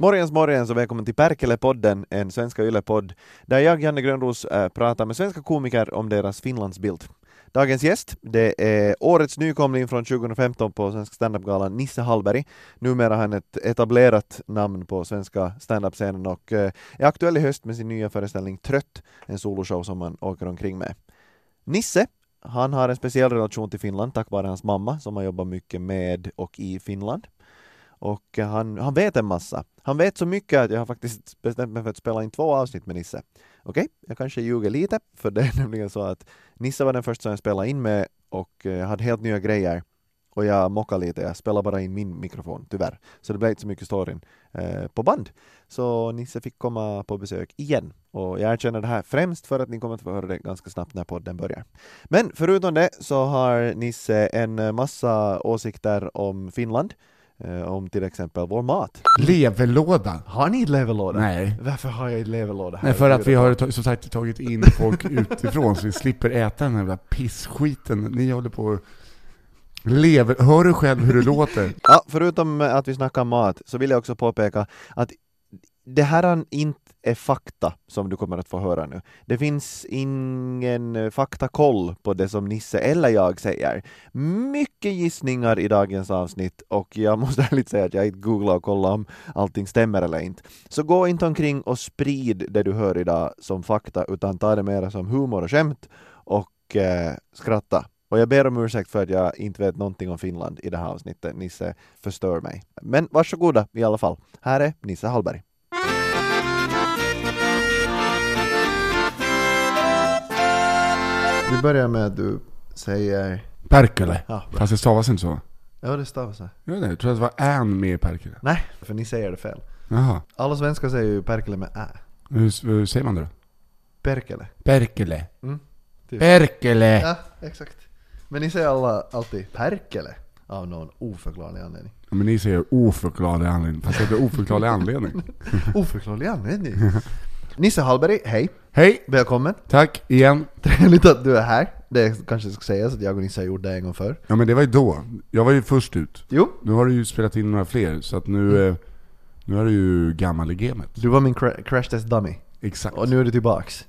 Morgens morgens och välkommen till Perkele-podden, en svenska yle-podd, där jag, Janne Grönros, äh, pratar med svenska komiker om deras Finlandsbild. Dagens gäst, det är årets nykomling från 2015 på Svenska standup-galan, Nisse Hallberg. Numera har han ett etablerat namn på svenska standup-scenen och eh, är aktuell i höst med sin nya föreställning Trött, en soloshow som han åker omkring med. Nisse, han har en speciell relation till Finland tack vare hans mamma som har jobbat mycket med och i Finland. Och eh, han, han vet en massa. Han vet så mycket att jag har faktiskt bestämt mig för att spela in två avsnitt med Nisse. Okej, jag kanske ljuger lite, för det är nämligen så att Nisse var den första som jag spelade in med och eh, jag hade helt nya grejer. Och jag mockade lite, jag spelade bara in min mikrofon, tyvärr. Så det blev inte så mycket storyn eh, på band. Så Nisse fick komma på besök igen. Och jag erkänner det här främst för att ni kommer att få höra det ganska snabbt när podden börjar. Men förutom det så har Nisse en massa åsikter om Finland. Eh, om till exempel vår mat. Leverlåda? Har ni leverlåda? Nej. Varför har jag leverlåda här? Nej, för att vi har har ta- som sagt tagit in folk utifrån så vi slipper äta den här jävla pissskiten. Ni håller på och lever. Hör du själv hur det låter? Ja, förutom att vi snackar mat så vill jag också påpeka att det här inte är fakta som du kommer att få höra nu. Det finns ingen eh, faktakoll på det som Nisse eller jag säger. Mycket gissningar i dagens avsnitt och jag måste ärligt säga att jag inte googlar och kollar om allting stämmer eller inte. Så gå inte omkring och sprid det du hör idag som fakta utan ta det mera som humor och skämt och eh, skratta. Och jag ber om ursäkt för att jag inte vet någonting om Finland i det här avsnittet. Nisse förstör mig. Men varsågoda i alla fall. Här är Nisse Hallberg. Vi börjar med att du säger... Perkele. Ja, bra. Fast det stavas inte så. ja det stavas här. Jag, vet inte, jag tror att det var än med i Perkele. Nej, för ni säger det fel. Jaha. Alla svenskar säger ju Perkele med ä. Hur, hur säger man det då? Perkele. Perkele. Mm, typ. Perkele. Ja, exakt. Men ni säger alla alltid Perkele av någon oförklarlig anledning. Ja, men ni säger oförklarlig anledning. Fast det är oförklarlig anledning. Oförklarlig anledning? Nisse Hallberg, hej! Hej! Välkommen! Tack igen. Trevligt att du är här. Det kanske ska sägas att jag och Nisse har gjort det en gång förr. Ja men det var ju då. Jag var ju först ut. Jo, Nu har du ju spelat in några fler, så att nu, eh, nu är du ju gammal i gamet. du var min cra- crash test dummy. Exakt. Och nu är du tillbaks.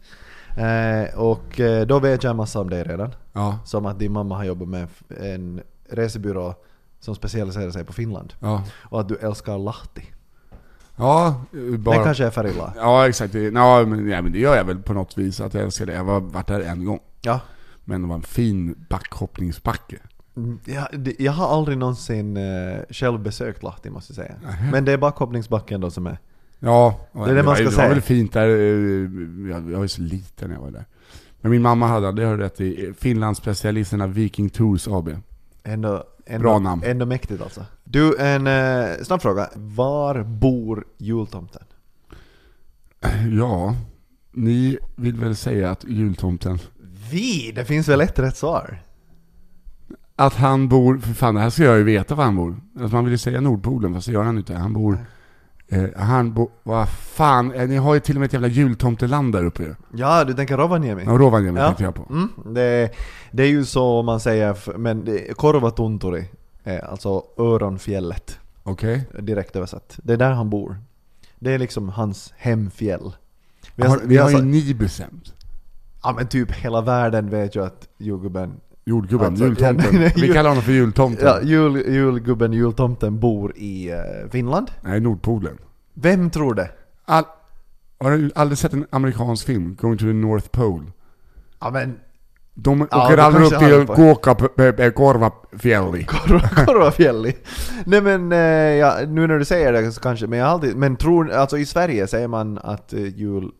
Eh, och eh, då vet jag en massa om dig redan. Ja, Som att din mamma har jobbat med en f- en resebyrå som specialiserar sig på Finland. ja. Och att du älskar Lahti. Ja, eh, bara... Det kanske är Färila. Ja, exakt. Det- Ja men, ja, men det gör jag väl på något vis att jag älskar det. Jag har varit där en gång. Ja. Men det var en fin backhoppningsbacke. Mm, Jag, det- jag har aldrig någonsin eh, själv besökt Lahti måste jag säga. Men det är backhoppningsbacken då som är. Ja, och Det är det man var, ska det säga. var väl fint där. eh, Jag, jag var ju så liten när jag var där. Men min mamma hade, det har du rätt i, Finlandsspecialisterna Viking Tours AB. Ändå, ändå, Bra namn. ändå mäktigt alltså. Du, en eh, snabb fråga. Var bor jultomten? Ja, ni vill väl säga att jultomten Vi! Det finns väl ett rätt svar? Att han bor, för fan det här ska jag ju veta var han bor. Alltså man vill ju säga Nordpolen, fast det gör han inte. Han bor, eh, han bor, vad fan, eh, ni har ju till och med ett jävla jultomteland där uppe ju. Ja, du tänker Rovaniemi? Ja, Rovaniemi tänkte jag på. Mm, det, det är ju så man säger, f- men det- Korvatunturi, är alltså öronfjället, Okej? direkt översatt. Det är där han bor. Det är liksom hans hemfjäll. Vi Har, vi har ju sa- ni bestämt. Ja men typ hela värden vet ju att julgubben, Jordgubben, Alltså, jultomten. ja, nej, nej, vi jul- kallar honom för jultomten. ja, jul, julgubben, jultomten bor i eh, Finland. Nej, Nordpolen. Vem tror det? All, har du aldrig sett en amerikansk film, Going to the North Pole? Ja men De Ja, åker det aldrig kanske upp jag till har Kuokka- Korvafjälli. korv, korvafjälli. Nej men eh, ja, nu när du säger det så kanske, men jag har alltid, men tror, alltså i Sverige säger man att eh, jul,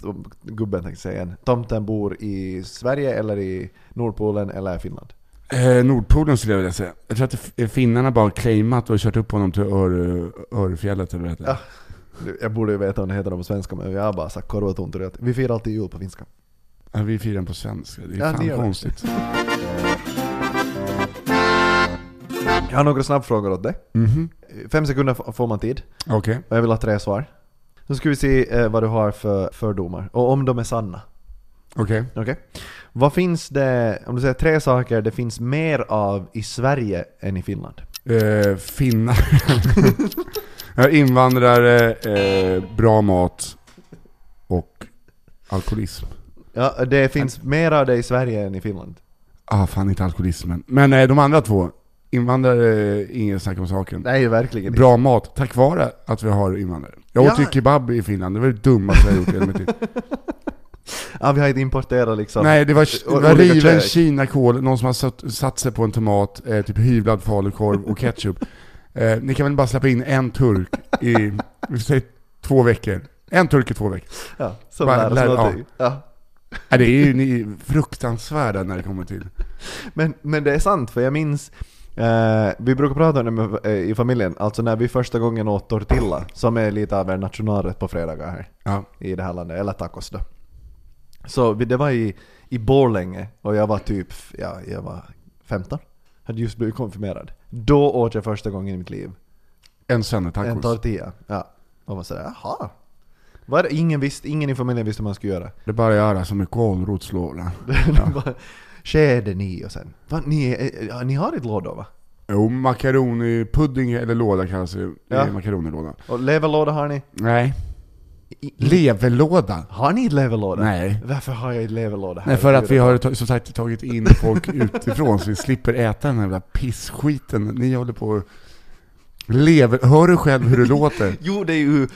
tom- gubben tänkte jag säga igen, tomten bor i Sverige eller i Nordpolen eller Finland. Eh, Nordpolen skulle jag vilja säga. Jag tror att f- eh, finnarna bara har claimat och kört upp honom till Ör, Örfjället eller vad det heter. Ja. Nu, Jag borde ju veta om det heter det på svenska men jag har bara sagt korvatunturi. Vi firar alltid jul på finska. Ja, vi firar den på svenska. Det är Ja, ni fan gör det. konstigt. Jag har några snabbfrågor åt dig. Mhm. Fem sekunder f- får man tid. Okej. Och jag vill ha tre svar. Nu ska vi se eh, vad du har för fördomar, och om de är sanna. Okej. Okej? Vad finns det, om du säger tre saker det finns mer av i Sverige än i Finland? Eh, finnar. Eh, Invandrare, eh, bra mat och alkoholism. Ja, det finns mer av det i Sverige än i Finland. Ah, fan inte alkoholismen. Men eh, de andra två, invandrare, eh, ingen snack om saken. Nej, verkligen Bra mat, tack vare att vi har invandrare. Jag åt Ja. ju kebab i Finland, det var det dummaste jag gjort i hela mitt liv. Ja, vi har inte importerat liksom. Nej, det O- var, det var olika riven kök. kinakål, någon som har satt, satt sig på en tomat, eh, typ hyvlad falukorv och ketchup. Eh, ni kan väl bara släppa in en turk i, vi säger två veckor. En turk i två veckor. Ja, som lär Bara oss lär- ja. någonting. Ja. Nej, det är ju ni fruktansvärda när det kommer till. Men, men det är sant, för jag minns eh, vi brukar prata om det med, eh, i familjen, alltså när vi första gången åt tortilla, som är lite av en nationalrätt på fredagar här Ja. i det här landet, eller tacos då. Så vi, det var i, i Borlänge och jag var typ, ja, jag var 15, hade just blivit konfirmerad. Då åt jag första gången i mitt liv En söndagstacos. en tortilla. Ja. Och var sådär, jaha. Var det, ingen, visste, ingen i familjen visste hur man skulle göra. Det är bara att göra som en kålrotslåda. De bara, Skede ni och sen, va, ni, är- eh, ja, ni har ett lådor va? Jo, makaronipudding eller låda kallas det. Det är Ja. makaronilåda. Och leverlåda har ni? Nej. I- i- Leverlåda? Har ni ett leverlåda? Nej. Varför har jag ett leverlåda här? Nej, för att vi har ta- som sagt tagit in folk utifrån så vi slipper äta den här jävla pissskiten. Ni håller på och lever. Hör du själv hur det låter? Jo, det är ju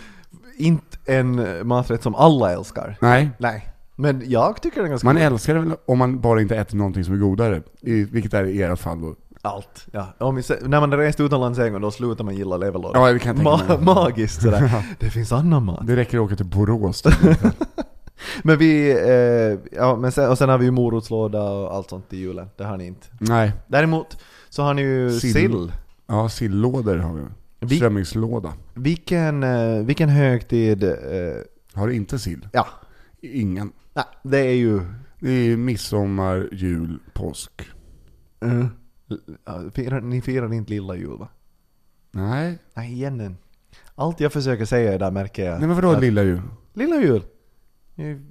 inte en maträtt som alla älskar. Nej. Nej. Men jag tycker den är ganska Man god. älskar det väl om man bara inte äter någonting som är godare. I, vilket är i era fall då. Allt. Ja. Om vi, se- när man har rest utomlands en gång, då slutar man gilla leverlåda. Ja, det kan jag tänka Ma- mig. magiskt sådär. Det finns annan mat. Det räcker att åka till Borås. då. Men vi, eh, ja men sen, och sen har vi ju morotslåda och allt sånt till julen. Det har ni inte. Nej. Däremot så har ni ju Sill. sill. Ja, sillådor har vi. Vi- Strömmingslåda. Vilken, eh, vilken högtid, eh, Har inte sill? ja. Ingen. Nej, det är ju Det är ju midsommar, jul, påsk. Mm. Ja, firar, ni firar inte lilla jul va? Nej. Nej, igen den. Allt jag försöker säga är där märker jag. Nej men vadå att- lilla jul? Lilla jul? Ju-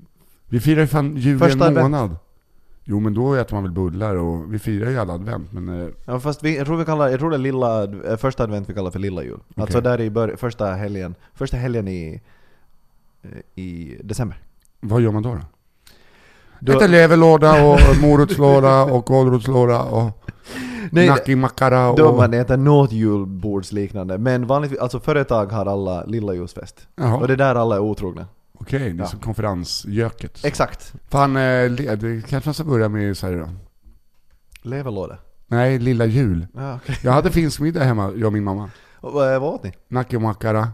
Vi firar ju fan jul i Första en advent. månad. Jo men då äter man väl bullar och vi firar ju alla advent men... eh, Ja, fast vi, jag, tror vi kallar, jag tror det är lilla, eh, första advent vi kallar för lilla jul. Alltså där i bör, första helgen, första helgen i, eh, i december. Vad gör man då? då? Då- Äter leverlåda och morotslåda och kålrotslåda och Nej, nakimakara och... då man äter något julbordsliknande. Men vanligtvis, alltså företag har alla lilla julsfest. Och Jaha, det är där alla är otrogna. okej, det är Ja. som konferensjöket. Exakt. Fan, eh, le- det kanske man ska börja med så här då. Leverlåda. Nej, lilla jul. Ja, okej. Jag hade finsk middag hemma, jag och min mamma. Och vad vad åt ni? Nakimakara.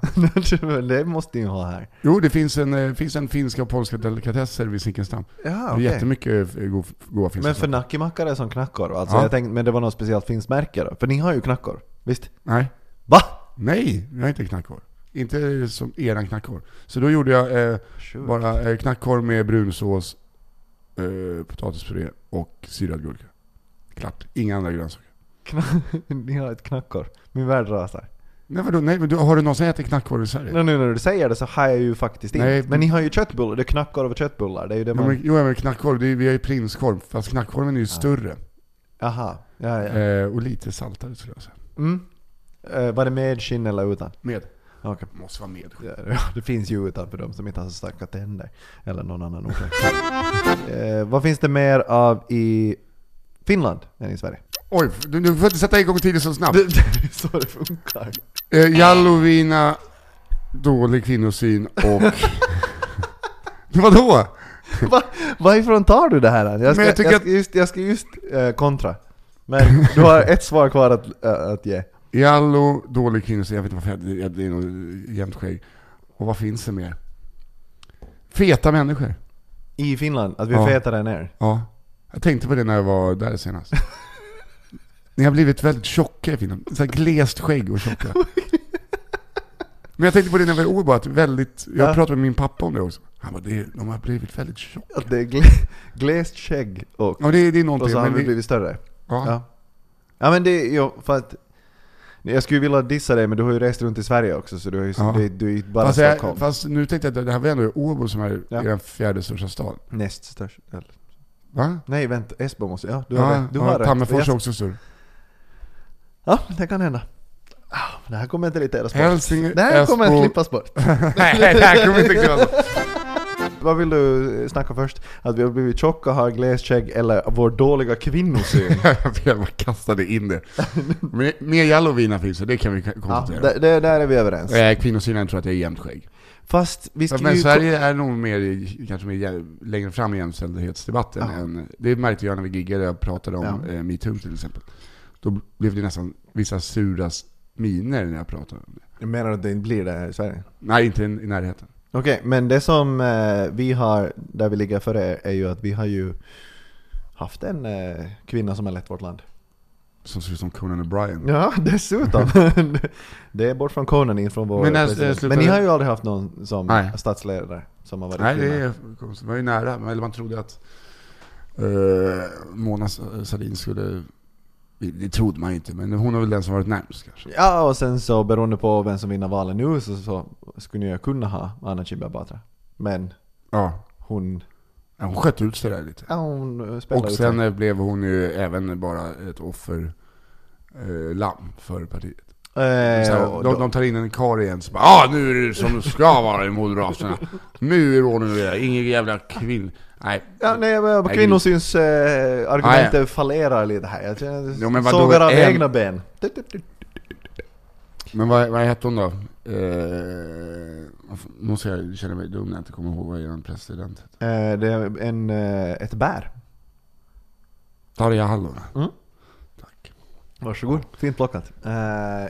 det måste ni ju ha här. Jo, det finns en, eh, finns en finska och polska delikatesser vid Zinkensdamm. Ja, Det är Jättemycket eh, go- goda finska Men för saker. nackimackare som knackor? Alltså Ja. jag tänkte, men det var något speciellt finskt märke då? För ni har ju knackor, visst? Nej. Va? Nej, jag är inte knackkorv. Inte som eran knackkorv. Så då gjorde jag eh, bara eh, knackkorv med brunsås, eh, potatispuré och syrad gurka. Klart. Inga andra grönsaker. Kna- ni har ett knackor. Min värld rasar. Nej, vadå? Nej, men du, har du någonsin ätit knackkorv i Sverige? Nu, nu när du säger det så har jag ju faktiskt inte. Nej, men- men ni har ju köttbullar, det är knackor över köttbullar. Det är ju det Jo, man... men, jo, men knackkorv, det är, vi har ju prinskorv. Fast knackkorven är ju större. Aha. Ja, ja. Eh, och lite saltare skulle jag säga. Mm. Eh, var det med skinn eller utan? Med. Okej. Måste vara med. Ja, det finns ju utan för de som inte har så starka tänder. Eller någon annan orsak. eh, vad finns det mer av i Finland än i Sverige? Oj, du, du får inte sätta igång tiden så snabbt. Det, det är så det funkar. Eh, Jallovina, dålig kvinnosyn och... Vadå? Va, varifrån tar du det här? Jag ska, Men jag jag tycker ska just, jag ska just eh, kontra. Men du har ett svar kvar att, eh, att ge. Jallo, dålig kvinnosyn, jag vet inte varför jag, det är något jämnt skägg. Och vad finns det mer? Feta människor. I Finland, att vi Ja. är fetare än er. Ja. Jag tänkte på det när jag var där senast. Ni har blivit väldigt tjocka i Finland. Så här glest skägg och tjocka. Men jag tänkte på det när jag var i Åbo, att väldigt... Jag Ja. pratade med min pappa om det också. Han bara, det, är- de har blivit väldigt tjocka. Att det är gle- glest skägg och, Ja, det, det är och någonting. så har Men vi det, blivit större. ja. Ja. Ja men det, jo, för att jag skulle vilja dissa dig men du har ju rest runt i Sverige också så du, har ju, Ja. du, du är ju bara Fast, Stockholm. jag, fast nu tänkte jag att det här var ändå Åbo som är Ja. den fjärde största staden. Näst störst. eller- Va? Nej vänta, Esbo måste... Ja, du har rätt. Du har rätt. Tammerfors är Jag- också stor. Ja, det kan hända. Ah, Det här kommer inte lite bort. Hälsing- Det här kommer Esbo- att klippas bort. Nej, det här kommer inte klippas. Vad vill du eh, snacka först? Att vi har blivit tjocka, har gleskägg eller vår dåliga kvinnosyn? Jag vet, man kastade in det. Men Mer Jallovina finns det, det kan vi ja, konstatera. det, det, där är vi överens. Ja, Kvinnosidan tror jag att det är jämnt skägg. Fast vi ska Men ju... Sverige är nog mer, i- kanske mer jäl- längre fram i jämställdhetsdebatten. Ja. Än, det märkte jag när vi giggade och pratade om Ja. eh, metoo till exempel. Då blev det nästan vissa sura miner när jag pratade om det. Menar du att det inte blir det här i Sverige? Nej, inte i i närheten. Okej, men det som eh, vi har, där vi ligger före er, är ju att vi har ju haft en eh, kvinna som har lett vårt land. Som ser ut som Conan O'Brien. Ja, dessutom. det är bort från Conan, in från vår Men när- president. slutar Men ni det- har ju aldrig haft någon som Nej. statsledare som har varit Nej, kvinna. det är konstigt. Man var ju nära. men- Eller man trodde att eh, Mona Sahlin skulle... Det trodde man ju inte, men hon är väl den som varit närmst kanske. Ja, och sen så beroende på vem som vinner valet nu så, så skulle jag kunna ha Anna Kinberg Batra. Men Ja. hon, Ja, Hon sköt ut sig där lite. ja, hon eh, spelar Och ut sen sig. eh, blev hon ju även bara ett offer eh, lamm för partiet. Så Eh, här, och de, då- de tar in en karl igen så bara ah, nu är det som det ska vara i Moderaterna. Nu är det ordning och reda. Ingen jävla kvinn... Nej. Ja, nej, men på Nej, kvinnosyns eh, argumentet Ah, fallerar lite här. Jag känner, Jo, men vadå, sågar av en- egna ben. Men vad, vad hette hon då? Eh, nu ska jag känna mig dum när jag inte kommer ihåg vad eran president hette. Eh, det är en, eh, ett bär. Tarja Halonen. Mm. Tack. Varsågod. Fint plockat. Eh,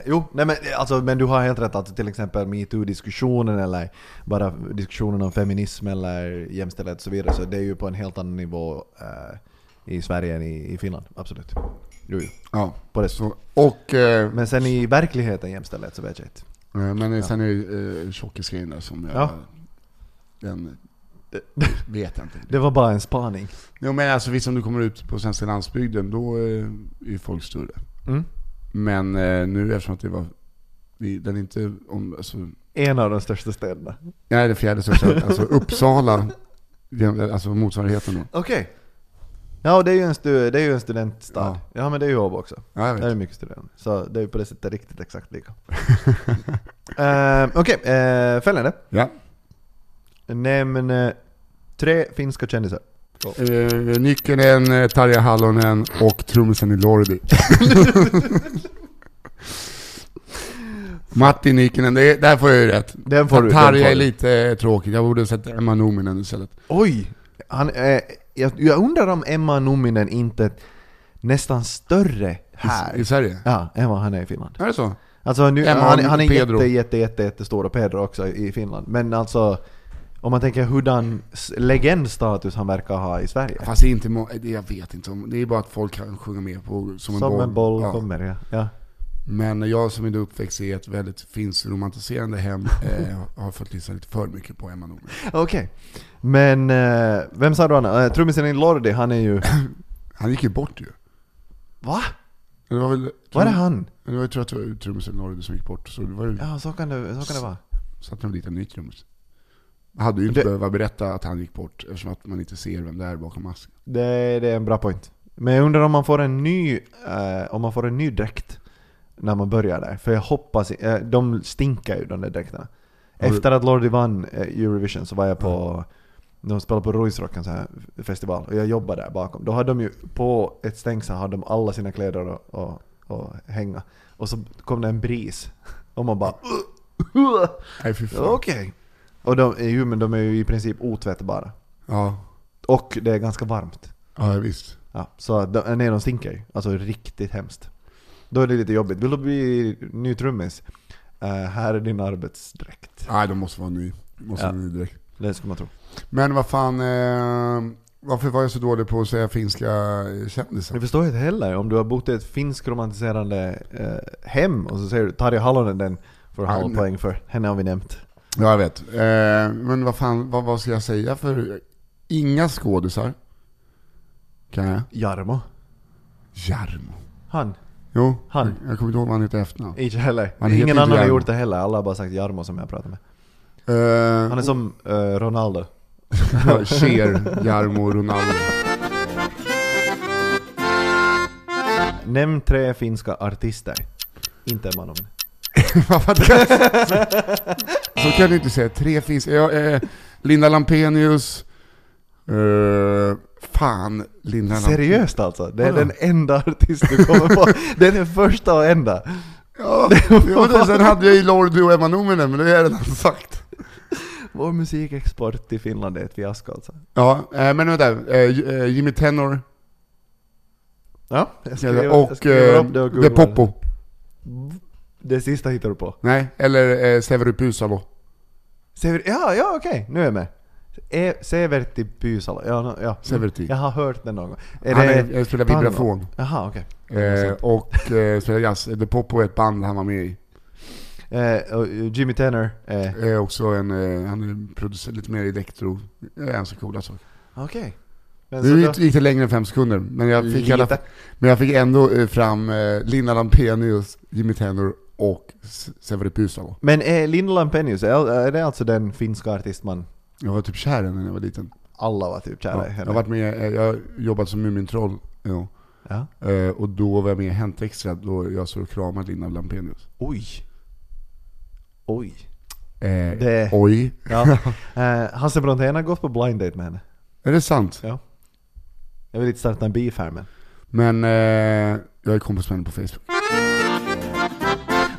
jo, nej men, alltså, men du har helt rätt att till exempel metoo-diskussionen eller bara diskussionen om feminism eller jämställdhet och så vidare, så det är ju på en helt annan nivå eh, i Sverige än i, i Finland. Absolut. Jo, jo. Ja, På det. så, och... Eh, Men sen i verkligheten jämställdhet så vet jag inte. eh, men sen är ju eh, tjockisgrejen där som jag... Ja. Den eh, vet jag inte. Det var bara en spaning. Jo men alltså visst om du kommer ut på svenska landsbygden då eh, är ju folk större. Mm. Men eh, nu eftersom att det var... vi- Den är inte om... Alltså, En av de största städerna. nej, den fjärde största. alltså Uppsala. den- Alltså motsvarigheten då. Okej. Ja, och det är ju en, stu, det är ju en studentstad. Ja. Ja. men det är ju Åbo också. Ja, jag vet. Där är det mycket studenter. Så det är ju på det sättet riktigt exakt lika. Ehm, Okej, eh, följande. Ja. Nämn eh, tre finska kändisar. Uh, Nyckeln, eh, Tarja Halonen och trummisen i Lordi. Matti Nyckeln, det, där får jag ju rätt. Den får du. den får Tarja är du. lite eh, tråkig, jag borde sett Emma Nominen istället. Oj! Han, eh, jag, jag undrar om Emma Nominen inte är nästan större I, här. I Sverige. Ja, än vad han är i Finland. Är det så? Alltså nu, Emma han, och han är Pedro. jätte, jätte, jätte, jättestor och Pedro också i Finland. Men alltså, om man tänker hurdan s- legendstatus han verkar ha i Sverige. Fast det är inte må- det- jag vet inte om, det är bara att folk kan sjunga med på som en Som boll. en boll Ja. kommer, ja. ja. Men jag som är uppväxt i ett väldigt finns romantiserande hem eh, har fått lyssna lite för mycket på Emma Nominen. Okej. Men, eh, vem sa du Anna? Eh, trummisen i Lordi, han är ju... Han gick ju bort ju. Va? Det var väl... Var är han? Men det var ju tror att det var trummisen Norrby som gick bort, så det var ju, Ja, så kan det, så kan det vara. satte de dit en ny trummis. Man hade ju inte Det- behövt berätta att han gick bort, eftersom att man inte ser vem det är bakom masken. Det, det är en bra point. Men jag undrar om man får en ny, eh, om man får en ny dräkt när man börjar där. För jag hoppas, eh, de stinkar ju de där dräkterna. Har du- Efter att Lordi vann eh, Eurovision så var jag på, de spelade på Ruisrocken så här festival och jag jobbade där bakom. Då hade de ju, på ett stängsel hade de alla sina kläder och, och, och hänga. Och så kom det en bris och man bara Nej fy fan. okej. Och de är ju, men de är ju i princip otvättbara. Ja. Och det är ganska varmt. ja, visst. Ja, så de, nej, de stinker ju. Alltså riktigt hemskt. Då är det lite jobbigt. Vill du bli ny trummis? Eh, här är din arbetsdräkt. Nej, de måste vara ny. Måste Ja. vara ny direkt. Det skulle man tro. Men vad fan, eh, varför var jag så dålig på att säga finska Jag kändisar? förstår inte heller om du har bott i ett finsk romantiserande eh, hem och så säger du Tarja Halonen den för Ja, halv nej. poäng för. Henne har vi nämnt. Ja, jag vet. Eh, men vad fan, vad, vad ska jag säga för... Inga skådisar. Kan jag? Jarmo. Jarmo. Han. Jo, Han. jag- jag kommer inte ihåg vad han heter i efternamn. Inte heller. Han heter Ingen inte annan har Jarmo. gjort det heller. Alla har bara sagt Jarmo som jag pratar med. Eh, Han är som eh, Ronaldo. Cher, Jarmo, Ronaldo. Nämn tre finska artister. Inte Manomin. Vad var det? Så kan du inte säga. Tre finns. Ja, eh, Linda Lampenius. Eh, fan, Linda Lampenius. Seriöst alltså? Det är Vadå? den enda artist du kommer på. Det är den första och enda. Ja, det var det. sen hade jag ju Lordi och Emma Nominen, men det har jag redan sagt. Vår musikexport till Finland är ett fiasko alltså. Ja, eh, men vänta. Eh, J- eh, Jimmy Tenor Ja, jag skriver, jag och skriver eh, upp det och The googlar Popo. Det sista hittar du på. Nej, eller eh, Severi Pysalo. Sever, ja, ja okej, nu är jag med. E, Severti Pysalo, ja, no, ja. Severti. Jag har hört den någon gång. Är Han det- är, eh, spelar Panno? vibrafon. Jaha, okej. Eh, och eh, spelar jazz. The Popo är ett band han var med i. Eh, och Jimmy Tanner. Eh, Eh, också en, eh, han är producent, lite mer elektro. Det är ganska coola saker. okej. Men så Nu då- gick gick det längre än fem sekunder, men jag fick, Lite. alla, men jag fick ändå eh, fram eh, Linda Lampenius, Jimmy Tenor och S- Severi Pysalo. Men eh, Linda Lampenius, är, är det alltså den finska artist man Jag var typ kär i henne när jag var liten. alla var typ kära Ja, i? jag henne? har varit med, eh, jag har jobbat som Mumintroll. Ja. Ja. Eh, och då var jag med i Hänt Extra, då jag såg och kramade Linda Lampenius. Oj. Oj. Eh, Det- Oj. Ja. eh, Hasse Brontén har gått på blind date med henne. Är det sant? Ja. Jag vill inte starta en beef här men. Men eh, jag är kompis med henne på Facebook.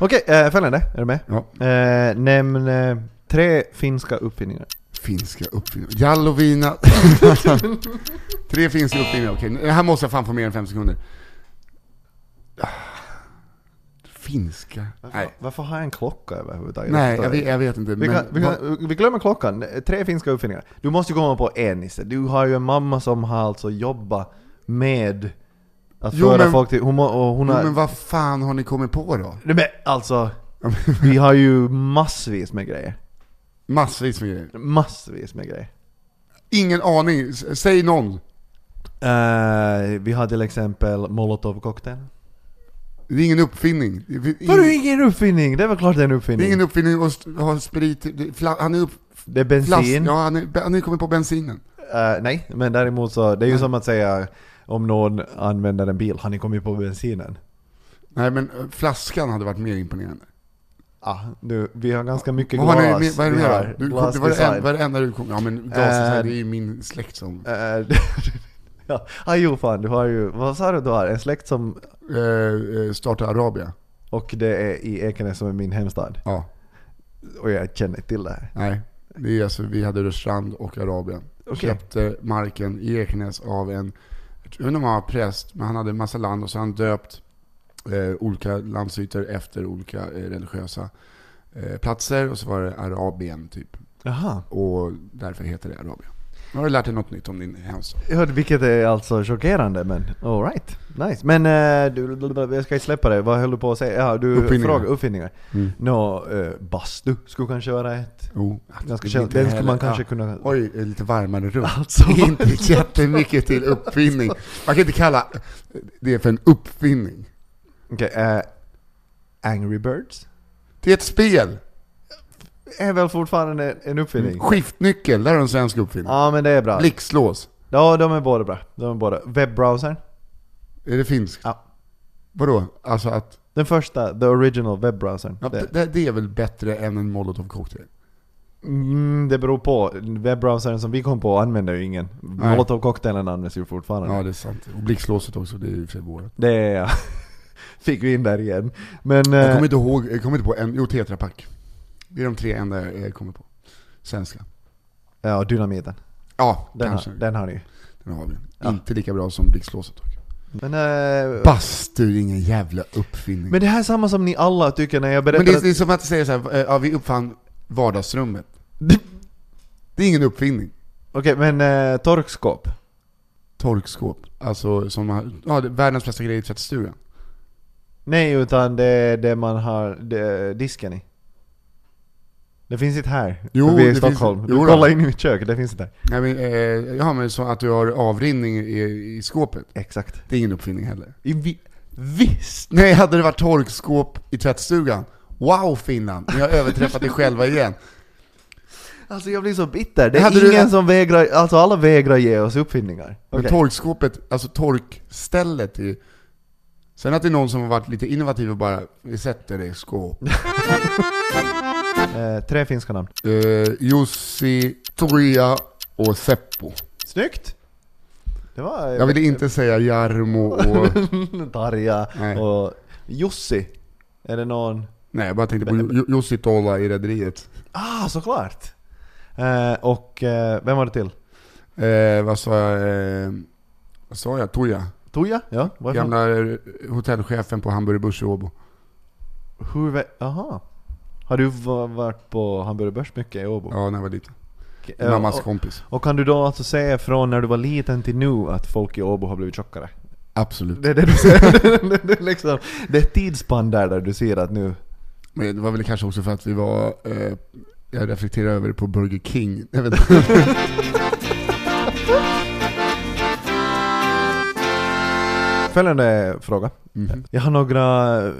Okej, eh, följande. Är du med? Ja. Eh, nämn eh, tre finska uppfinningar. Finska uppfinnare. Jallovina. Tre finska uppfinnare, okej. Det Här måste jag fan få mer än fem sekunder. Ah. Finska? Varför, Nej, varför har jag en klocka överhuvudtaget? Nej jag, vet, jag vet inte. Vi, kan, men- vi, kan, vi glömmer klockan. Tre finska uppfinningar. Du måste ju komma på en Nisse. Du har ju en mamma som har alltså jobbat med att Jo, föra men- folk till... Hon, må- och hon Jo, har, men vad fan har ni kommit på då? Nej, men alltså, vi har ju massvis med grejer. Massvis med grejer. Massvis med grejer. Ingen aning. S- Säg någon. Eh, vi har till exempel molotovcocktail. Det är ingen uppfinning. Det är- Vadå ingen uppfinning? Det är väl klart det är en Det är uppfinning. ingen uppfinning att st- ha sprit. det är fla- Han är upp... Det är Plast, bensin. ja, han är- han har ju kommit på bensinen. Eh, nej, men däremot så, det är ju som att säga om någon använder en bil, har ni kommit på bensinen? Nej men eh, flaskan hade varit mer imponerande. Ah, nu, vi har ganska mycket Vad, har glas. ni, vad är det vi mer har då? Du- Det var det, en, glasdesign. var det enda du kom... Ja men glasdesign, Eh, det är ju min släkt som... Eh, ja, ah, jo fan, du har ju, vad sa du du har? En släkt som, Eh, eh, starta Arabia. och det är i Ekenäs som är min hemstad. Ja, Och jag känner inte till det här. nej. Det är alltså, vi hade Rörstrand och Arabien. Okej. Köpte marken i Ekenäs av en, jag tror inte om han var präst, men han hade en massa land och så har han döpt eh, olika landsytor efter olika eh, religiösa eh, platser. Och så var det Arabien typ. Jaha. Och därför heter det Arabien. Nu har du lärt dig något nytt om din hemstad. Ja, vilket är alltså chockerande men alright, nice. Men eh, du, jag ska inte släppa dig, vad höll du på att säga? Ja, du Uppfinningar. frågar uppfinningar. Mm. Nå, eh, bastu skulle kanske vara ett Jo, Ganska det känd. inte Den skulle man heller- kanske ja. kunna... Oj, eh, lite varmare rum. Alltså, Det är inte jättemycket till uppfinning. Man kan inte kalla det för en uppfinning. Okej, eh, Angry Birds? Det är ett spel. Är väl fortfarande en- en uppfinning? Mm. Skiftnyckel, där är en svensk uppfinning. Ja men det är bra. Blixtlås. Ja de är båda bra. De är båda. Webbrowsern? Är det finskt? Ja. Vadå? Alltså att... Den första, the original webbrowsern. Ja, det. det, det är väl bättre än en molotovcocktail? Mm, det beror på. Webbrowsern som vi kom på använder ju ingen. Molotov-cocktailen används ju fortfarande. Ja, det är sant. Och blixtlåset också, det är ju för vårat. Det är... Fick vi in där igen. Men... Jag eh, kommer inte ihåg, jag kommer inte på en, jo Tetra Pak. Det är de tre enda jag kommer på. Svenska. Ja, dynamiten. Ja, Den kanske. har, den har ni ju. Den har vi. Ja. Inte lika bra som blixtlåset dock. Men... eh, Bastu är ingen jävla uppfinning. men det här är samma som ni alla tycker när jag berättar Men det är, det är som att säga så här, eh, ja, vi uppfann vardagsrummet. att... Det är ingen uppfinning. Okej, men eh, torkskåp? Torkskåp. Alltså som, har- ja, det är världens bästa grej i tvättstugan. Nej, utan det är det man har det, disken i. Det finns inte här. vi är Jo, i det finns- Stockholm. jo du då. kollar in i mitt kök, det finns inte här. Nej men, eh, ja men så att du har avrinning i, i skåpet. Exakt. Det är ingen uppfinning heller. I, vi, visst! Nej, hade det varit torkskåp i tvättstugan, wow Finland, ni har överträffat er själva igen. Alltså jag blir så bitter. Det är Hade du- ingen som vägrar, alltså alla vägrar ge oss uppfinningar. Men Okej. torkskåpet, alltså torkstället i Sen att det är någon som har varit lite innovativ och bara, vi sätter det i skåp. Eh, tre finska namn. Eh, Jussi, Tuija och Seppo. Snyggt! Det var... Jag ville inte säga Jarmo och... Tarja Nej. och Jussi. Är det någon... Nej, jag bara tänkte på Ju- Jussi Tolla i Rederiet. Ah, såklart! Eh, och eh, vem var det till? Eh, vad sa jag? Eh, vad sa jag? Tuija? Tuija? Ja, varifrån? Gamla eh, hotellchefen på Hamburger Börs i Åbo. Hur... Aha. Har du va- varit på Hamburger Börs mycket i Åbo? Ja, när jag var liten. Okej, eh, Mammas och, kompis. och kan du då alltså säga från när du var liten till nu att folk i Åbo har blivit tjockare? Absolut. Det är det du säger. det, är liksom, det är ett tidsspann där, där du ser att nu... Men det var väl kanske också för att vi var... Eh, jag reflekterar över det på Burger King. Jag vet inte. Följande fråga. Mhm. Jag har några eh,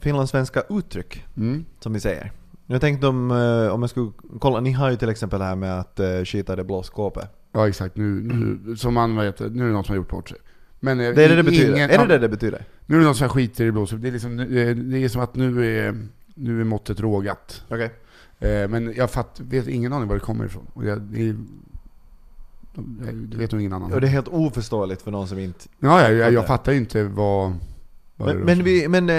finlandssvenska uttryck Mm. som vi säger. Jag tänkte om, eh, om jag skulle kolla, ni har ju till exempel det här med att eh, skita i det blå skåpet. Ja, exakt. Nu, nu, som man vet, nu är det någon som har gjort bort sig. Men, eh, Det är det det betyder? ingen- är det det det betyder? Nu är det någon som skiter i blåsor. Det är, liksom, eh, det är som att nu är, nu är måttet rågat. Okej. Eh, Men jag fatt, vet ingen aning var det kommer ifrån. Och jag, det, är, det vet nog ingen annan. Och det är helt oförståeligt för någon som inte... Ja, jag, jag, jag fattar ju inte vad... vad Men, det men, var. vi, men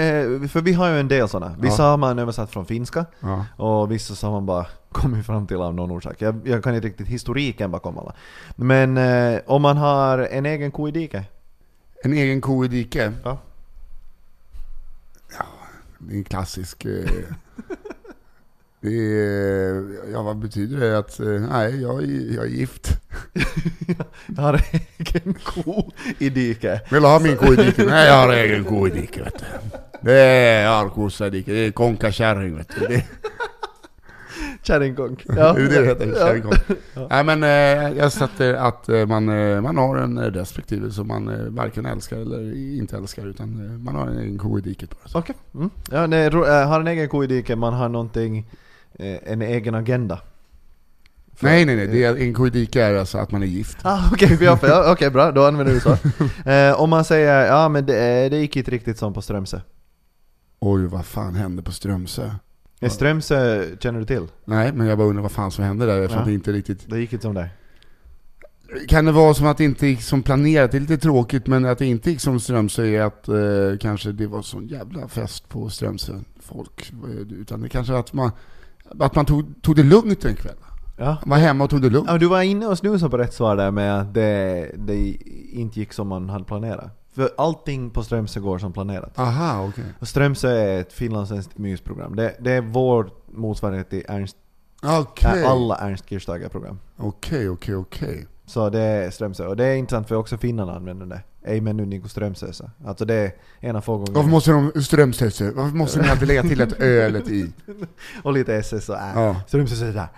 eh, för vi har ju en del sådana. Vissa Ja. har man översatt från finska Ja. och vissa så har man bara kommit fram till av någon orsak. Jag, jag kan inte riktigt historiken bakom alla. Men eh, om man har en egen ko i diket? En egen ko i dike. Ja. Ja, det är en klassisk... eh, det är, ja, vad betyder det? Att, eh, nej, jag, är- jag är gift. Jag har en egen ko i diket. Vill du ha min ko i diket? Nej, jag har egen ko i diket, vet du. Det är, jag har kossa i diket. Det är konkakärring, vet du. Det, Kärringkonk. det är det det heter, kärringkong. Ja. Nej, men eh, jag sätter att eh, man, eh, man har en eh, respektive som man eh, varken älskar eller inte älskar, utan eh, man har en egen ko i diket bara. Så. Okej. Mm. Ja, nej, ro- eh, har en egen ko i diket, man har någonting, eh, en egen agenda. För- Nej, nej, nej. Det är, en ko i diket är alltså att man är gift. Ah, Okej, okay, ja, okej, bra, då använder du så. Eh, om man säger ja men det, eh, det gick inte riktigt som på Strömsö. Oj, vad fan hände på Strömsö? Eh, Strömsö känner du till? Nej, men jag bara undrar vad fan som hände där eftersom Ja. det inte riktigt... Det gick inte som där. Kan det vara som att det inte gick som planerat? Det är lite tråkigt, men att det inte gick som Strömsö är att eh, kanske det var sån jävla fest på Strömsö, folk. eh, Utan det kanske är att man, att man tog, tog det lugnt en kväll. Ja. Man var hemma och tog det lugnt. Ja, du var inne och snusade på rätt svar där med att det, det inte gick som man hade planerat. För allting på Strömsö går som planerat. Aha, okej. Och Strömsö är ett finlandssvenskt mysprogram. Det, det är vår motsvarighet till Ernst, Okej, äh, alla Ernst Kirchsteiger-program. okej, okej, okej. Så det är Strömsö. Och det är intressant för också finnarna använder det. Ej men nu Niko Strömsö. så. Alltså det är en av få Varför gånger. måste de Strömsö, varför måste de alltid lägga till ett ölet i? Och lite SS och äh. Ja. Strömsö säger där.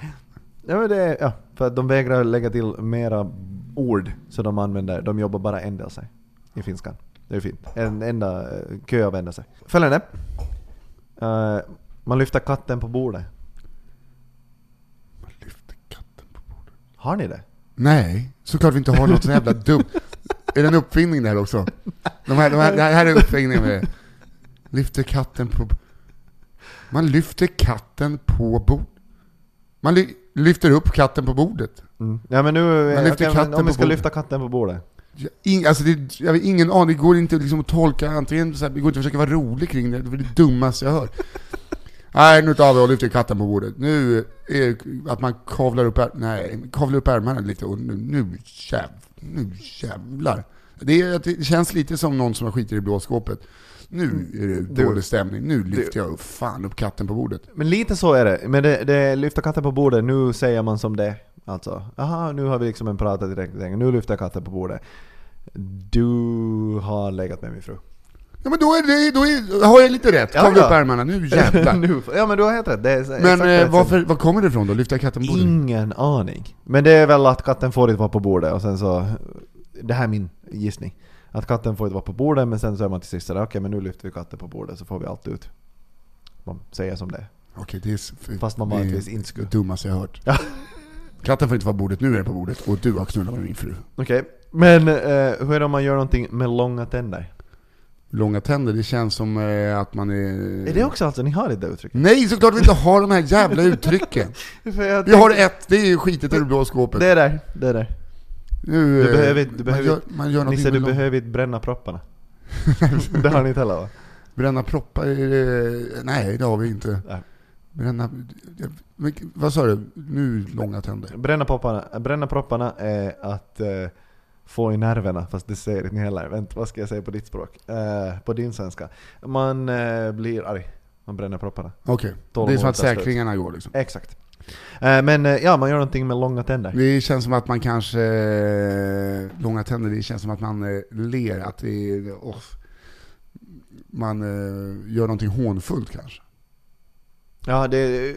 Ja, men det är, ja, för att de vägrar lägga till mera ord. Så de använder, de jobbar bara ändelse i finskan. Det är fint. En enda eh, kö av ändelse. Följande. Eh, man lyfter katten på bordet. Man lyfter katten på bordet. Har ni det? Nej, såklart vi inte har något så jävla dumt. Är det en uppfinning det här också? De här, de här, det här är uppfinningen med det. Lyfter katten på... Man lyfter katten på bordet. Man ly, lyfter upp katten på bordet. Mm. Ja, men nu, Man lyfter okej, men katten om på vi ska bordet. lyfta katten på bordet. Jag- In, alltså det, jag har ingen aning, det går inte liksom att tolka, antingen så här, det går inte att försöka vara rolig kring det, det är det dummaste jag hör. Nej, nu tar vi och lyfter katten på bordet. Nu är att man kavlar upp, är, nej, kavlar upp ärmarna lite och nu, nu, jäv, nu jävlar. Det, är, att det känns lite som någon som har skitit i blåskåpet. Mm. Nu är det Du- dålig stämning, nu lyfter jag upp, fan upp katten på bordet. Men lite så är det. Men det, det lyfta katten på bordet, nu säger man som det. Alltså, aha, nu har vi liksom en prata tillräckligt länge. Nu lyfter jag katten på bordet. Du har legat med min fru. Ja men då, är det, då är, har jag lite rätt, Ja, kavla ja. upp ärmarna, nu jävlar. nu, ja men du har helt rätt. Det är Men exakt eh, rätt sätt. varför, var kommer det ifrån då, lyfta katten på bordet? Ingen aning. Men det är väl att katten får inte vara på bordet och sen så... Det här är min gissning. Att katten får inte vara på bordet men sen så är man till sist sådär okej men nu lyfter vi katten på bordet så får vi allt ut. Man säger som det Okej, det är... s- f- Fast man det är vanligtvis inte skulle. Det dummaste jag har hört. Ja. Katten får inte vara på bordet, nu är det på bordet och du har knullat med min fru. Okej. Men eh, hur är det om man gör någonting med långa tänder? långa tänder, det känns som eh, att man är... Är det också alltså, ni har det där uttrycket? Nej, såklart vi inte har de här jävla uttrycken! Mm. För jag- Vi har ett, det är ju skitet ur det blå skåpet. Det är där, det är där. Nu, Du eh, behöver inte- du man behöver gör, man gör Nisse, du någonting med behöver inte bränna propparna. det har ni inte heller va? Bränna proppar? är det- Nej, det har vi inte. Nej. Bränna... Men, vad sa du? Nu långa tänder. Bränna propparna, bränna propparna är att eh, få i nerverna, fast det säger inte ni heller. Vänta, vad ska jag säga på ditt språk? Eh, på din svenska. Man eh, blir arg, man bränner propparna. Okej. Det är Tålamodet som att tar slut. säkringarna går liksom. Exakt. Eh, men eh, ja, man gör någonting med långa tänder. Det känns som att man kanske... eh, Långa tänder, det känns som att man eh, ler. Att det är... åh, man eh, gör någonting hånfullt kanske. Ja, det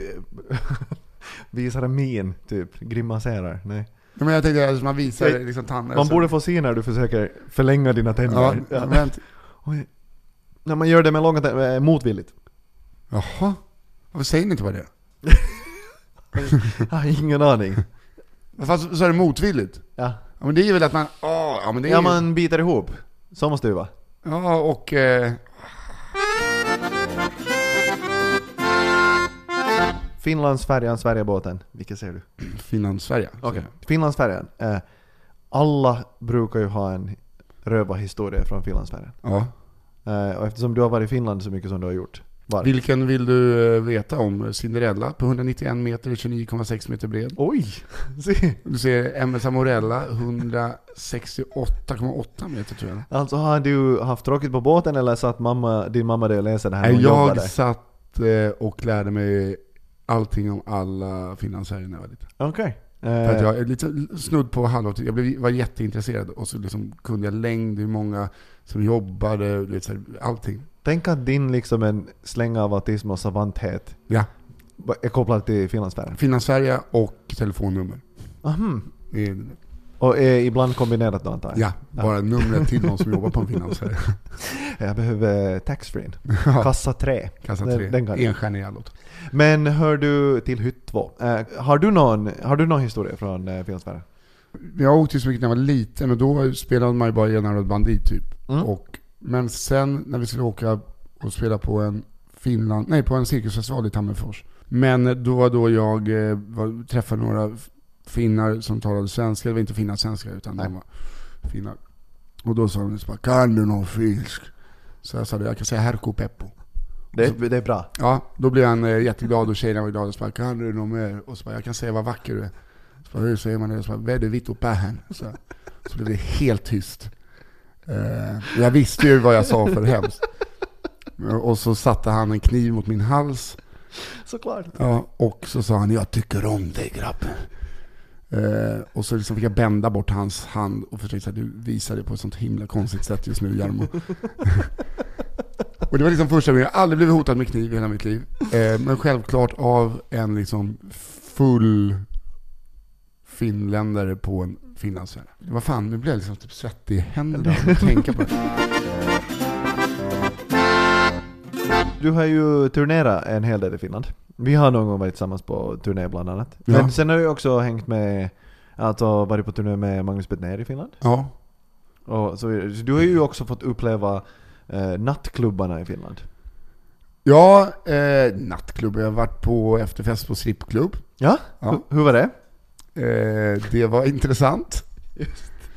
visar en min, typ. Grimaserar. Nej. Ja, Men jag tänkte att man visar Jag- liksom tanden. Man så- borde få se när du försöker förlänga dina Ja, tänder. Ja. vänt. Oj. När man gör det med långa tänder, eh, motvilligt. Jaha. Varför säger ni inte bara det? Jag har ingen aning. Fast så är det motvilligt. Ja, Ja, men det är väl att man... Åh, ja, men det är ja man biter ihop. Så måste det ju vara. ja och... Eh, Finlandsfärjan, Sverigebåten. Vilken säger du? Finland-Sverige. Finlandsfärjan. Eh, alla brukar ju ha en röva historia från Finlandsfärjan. Ja. Eh, och eftersom du har varit i Finland så mycket som du har gjort. Var? Vilken vill du eh, veta om? Cinderella på 191 meter och 29,6 meter bred. Oj! Se. Du ser MS Amorella 168,8 meter tror jag. Alltså har du haft tråkigt på båten eller så att mamma, din mamma dig och läser det här när hon Nej, jobbade? jag satt eh, och lärde mig allting om alla Finland-Sverige när jag var liten. Okej. För Eh, att jag är lite snudd på halvårstid. Jag blev, var jätteintresserad och så liksom kunde jag längd, hur många som jobbade, du vet, så här, allting. tänk att din liksom en slänga av autism och savanthet Ja. är kopplad till Finlandsfärjan. Finland-Sverige och telefonnummer. Ahem. Det är- hmm. Och är ibland kombinerat då antar jag? Ja, bara numret till någon som jobbar på en Finland-Sverige. Jag behöver eh, taxfree. Ja, Kassa 3. Kassa den- tre. den kan jag. Enstjärnig allåt. Men hör du till hytt 2. Eh, har, du någon, har du någon historia från eh, Finlandsfärjan? Jag åkte ju så mycket när jag var liten och då spelade man ju bara General Bandit typ. Mm. Och, men sen när vi skulle åka och spela på en Finland, nej på en cirkusfestival i Tammerfors. Men då var då jag eh, var, träffade några f- finnar som talade svenska, det var inte finnar svenska utan de var finnar. Och då sa de så bara, kan du någon finsk? Så jag sa det, jag kan säga herko peppo. Det, det är bra. Ja, då blev han eh, jätteglad och tjejerna var glada och så bara, kan du något mer? Och så bara, jag kan säga vad vacker du är. Så bara, hur säger man det? Och så bara, väder vitt och pähän. Så, så blev det helt tyst. Eh, jag visste ju vad jag sa för hemskt. Och så satte han en kniv mot min hals. Såklart. Ja, och så sa han, jag tycker om dig grabben. Eh, och så liksom fick jag bända bort hans hand och försökte säga, du visar det på ett sånt himla konstigt sätt just nu Jarmo. och det var liksom första gången, jag har aldrig blivit hotad med kniv i hela mitt liv. Eh, men självklart av en liksom full finländare på en finlandsfärja. Vad fan, nu blev jag liksom typ svettig i händerna av att tänka på det. Du har ju turnerat en hel del i Finland. Vi har någon gång varit tillsammans på turné bland annat. Ja. Men sen har du också hängt med, alltså varit på turné med Magnus Bettner i Finland. Ja, Och så, vidare. så du har ju också fått uppleva eh, nattklubbarna i Finland. ja eh, nattklubb, jag har varit på efterfest på strippklubb. Ja, Ja. Hu- hur var det? Eh, det var intressant.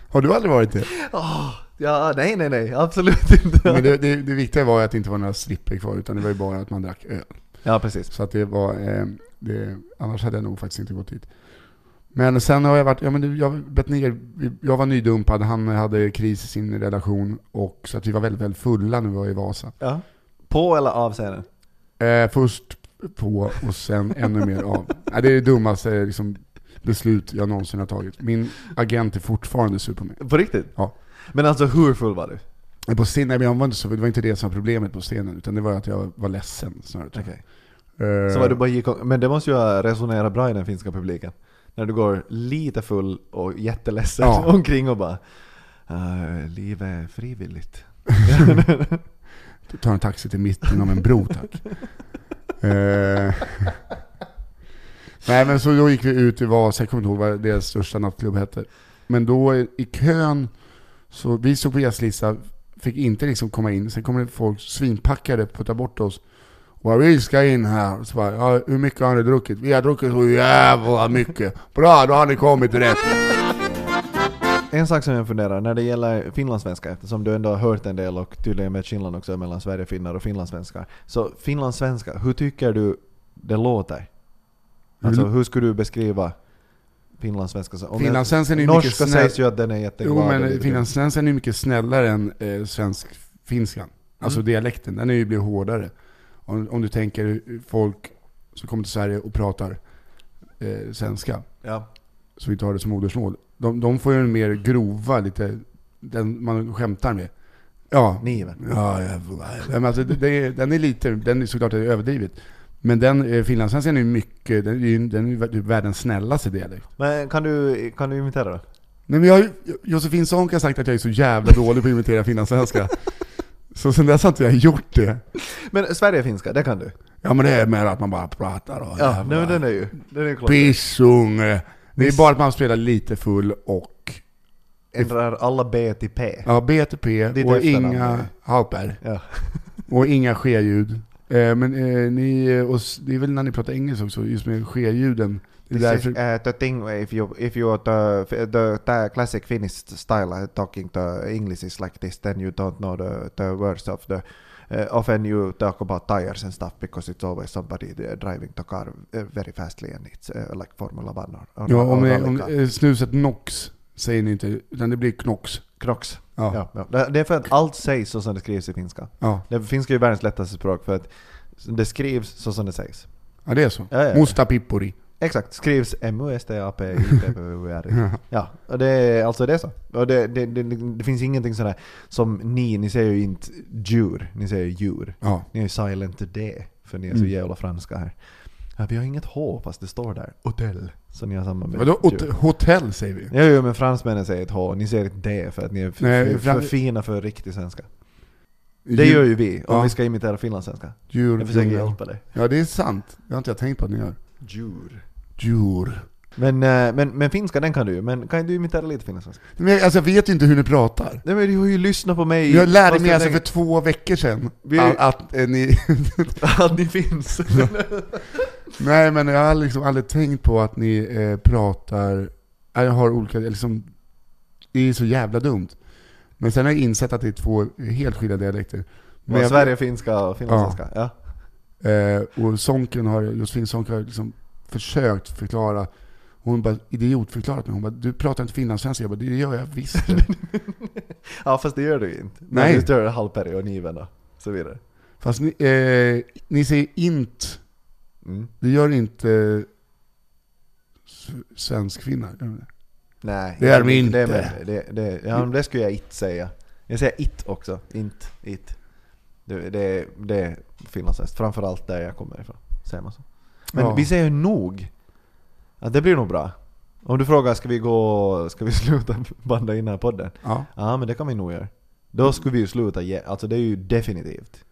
Har du aldrig varit det? Åh, ja, nej, nej, nej, absolut inte. Men det, det, det viktiga var ju att det inte var några stripper kvar, utan det var ju bara att man drack öl. Ja, precis. Så att det var, eh, det, annars hade jag nog faktiskt inte gått dit. Men sen har jag varit, ja men du, jag, Bettner, vi- jag var nydumpad, han hade kris i sin relation och så att vi var väldigt, väldigt fulla när vi var i Vasa. Ja. På eller av scenen? Eh, först på och sen ännu mer av. Nej, det är det dummaste liksom, beslut jag någonsin har tagit. Min agent är fortfarande sur på mig. På riktigt? Ja. Men alltså hur full var du? Men På scenen, nej, men jag var inte så, det var inte det som var problemet på scenen, utan det var att jag var ledsen snarare. tror jag. Okej. Eh, Så var du bara gick och, men det måste ju ha resonerat bra i den finska publiken. När du går lite full och jätteledsen Ja. omkring och bara "Eh, Livet är frivilligt. Eh, Ta en taxi till mitten av en bro tack. Eh, nej men så då gick vi ut, det var, jag kommer inte ihåg vad deras största nattklubb hette. Men då i i kön, så vi stod på gästlista fick inte liksom komma in. Sen kommer det folk svinpackade, puttar bort oss. Och bara, vi ska in här. Så bara, ja, hur mycket har ni druckit? Vi har druckit så jävla mycket. Bra, då har ni kommit rätt. En sak som jag funderar, när det gäller finlandssvenska, eftersom du ändå har hört en del och tydligen med Finland också, mellan Sverigefinnar och finlandssvenskar. Så finlandssvenska, hur tycker du det låter? Alltså hur skulle du beskriva finlandssvenska? Om jag- Finlandssvenskan är ju mycket Norska snäll. sägs ju att den är jätteglad. Jo och men lite- finlandssvenskan är ju mycket snällare än eh, svensk-finskan. Alltså Mm. dialekten, den är ju blir hårdare. Om, om du tänker folk som kommer till Sverige och pratar eh, svenska. Ja. så vi tar det som modersmål. De, de får ju en mer grova, lite, den man skämtar med. Ja, Niven. ja jävlar. Men alltså, det, det, är- den är lite, den är såklart överdrivet. Men den eh, finlandssvenskan är ju mycket, den är ju den är ju typ världens snällaste dialekt. Men kan du, kan du imitera då? Nej men jag, Josefin Sonck har sagt att jag är så jävla dålig på att imitera finlandssvenska. Så sen dess har inte jag gjort det. Men Sverigefinska, det kan du? Ja men det är mer att man bara pratar och Ja, jävlar. nej, men den är ju den är ju klar. Pissunge. Det är bara att man spelar lite full och Ändrar alla B till P. Ja, B till P Ditt och efternamn. inga halper. Ja. Och inga skeljud. Eh, men eh, ni, eh, och s- det är väl när ni pratar engelska också, just med skeljuden. Det är This is därför, uh, the thing if you if you are the the, the classic Finnish style uh, talking the English is like this then you don't know the the words of the uh, often you talk about tires and stuff because it's always somebody uh, driving the car uh, very fastly and it's uh, like Formula One or, or, ja, om, or ni, rally om car. eh, snuset Nox säger ni inte, utan det blir Knox. Crocs. Ja. Ja. Ja. Ja. Det- Det är för att allt sägs så som det skrivs i finska. Ja. Det finska är ju världens lättaste språk för att det skrivs så som det sägs. det är så. Ja, ja. Musta Pippuri. Exakt, skrivs M-U-S-T-A-P-I-P-U-R-I. Ja, och det är alltså det är så. Och det, det, det, det finns ingenting sådär som ni, ni säger ju inte djur, ni säger ju djur. Ja. Ni är ju silent D, för ni är så Mm. jävla franska här. Ja, vi har inget H fast det står där. Hotell. Så ni har samma med Vadå? djur. Hot- Hotell säger vi. Ja, jo, men fransmännen säger ett H, ni säger ett D för att ni är för, Nej, för, fran- för fina för riktig svenska. Det gör ju vi, om Ja. vi ska imitera finlandssvenska. Djur, Jag försöker djur. hjälpa dig. Ja, det är sant. Det har inte jag tänkt på att ni gör. Djur. Djur. Men, eh, men, men finska, den kan du ju. Men kan inte du imitera lite finlandssvenska? Men jag, alltså, jag vet ju inte hur ni pratar. Nej men du har ju lyssnat på mig. Jag lärde fast mig alltså tänker- för två veckor sedan Vi- att, att eh, ni... att ni finns. Nej men jag har liksom aldrig tänkt på att ni eh, pratar, eh, jag har olika, liksom, det är så jävla dumt. Men sen har jag insett att det är två helt skilda dialekter. Men Men jag- Sverigefinska och finlandssvenska. Ja. Eh, och Sonken har, Josefin Sonken har liksom försökt förklara, hon bara idiotförklarat mig. Hon bara, du pratar inte finlandssvenska. Jag bara, det gör jag visst. ja. fast det gör du ju inte. Nej. Nej. Du gör halvperi och niven och så vidare. Fast ni, eh, ni säger int, Mm. det gör inte eh, s- svenskfinnar. gör de det? Nej. Det är de Det, inte. men- det, det, ja, men det skulle jag inte säga. Jag säger it också. Inte it. Det, det, det är finlandssvenskt. Framförallt där jag kommer ifrån. Säger man så. Men Ja. vi säger nog. Ja, det blir nog bra. Om du frågar ska vi gå, ska vi sluta banda in den här podden? Ja. Ja men det kan vi nog göra. Då skulle vi ju sluta ge, alltså det är ju definitivt.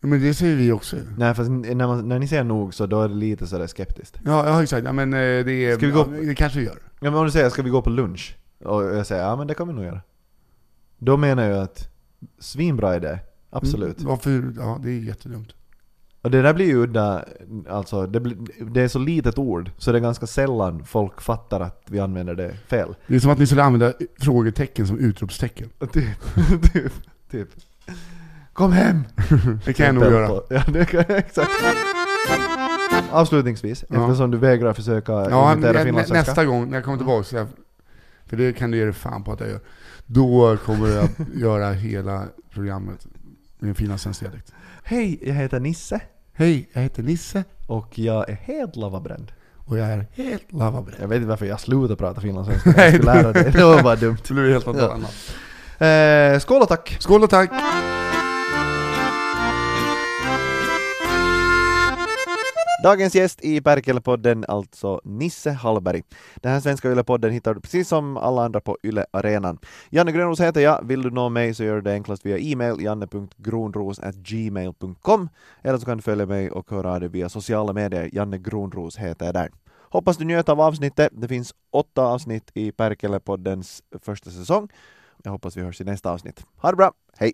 Men det säger vi också. Nej fast när, man, när ni säger nog så då är det lite sådär skeptiskt. Ja, ja exakt. Ja, men eh, det är... Ska vi gå- ja, det kanske vi gör. Mm. Ja men om du säger ska vi gå på lunch? Och jag säger ja men det kan vi nog göra. Då menar jag att svinbra idé, absolut. Mm, Varför? Ja, det är jättedumt. Och det där blir ju udda, alltså det, blir, det är så litet ord så det är ganska sällan folk fattar att vi använder det fel. Det är som att ni skulle använda frågetecken som utropstecken. Typ, typ, typ. Kom hem! Typ. Det kan jag nog göra. Ja, det kan jag exakt. Avslutningsvis, Ja. eftersom du vägrar försöka Ja, men, imitera nä- finlandssvenska. nästa gång när jag kommer tillbaka, så jag, för det kan du ge dig fan på att jag gör. Då kommer jag att göra hela programmet med en finlandssvensk dialekt. Hej, jag heter Nisse Hej, jag heter Nisse och jag är helt lavabränd. och jag är helt lavabränd. Jag vet inte varför jag slutade prata finlandssvenska. Jag skulle lära dig. Det var bara dumt. Det blir helt något Ja. annat. Eh, skål och tack! Skål och tack! Dagens gäst i Perkele-podden, alltså Nisse Hallberg. Den här svenska Yle-podden hittar du precis som alla andra på Yle Arenan. Janne Grönros heter jag. Vill du nå mig så gör du det enklast via e-mail, janne.gronros.gmail.com eller så kan du följa mig och höra av dig via sociala medier. Janne Grönros heter jag där. Hoppas du njöt av avsnittet. Det finns åtta avsnitt i Perkele-poddens första säsong Jag hoppas vi hörs i nästa avsnitt. Ha det bra, hej!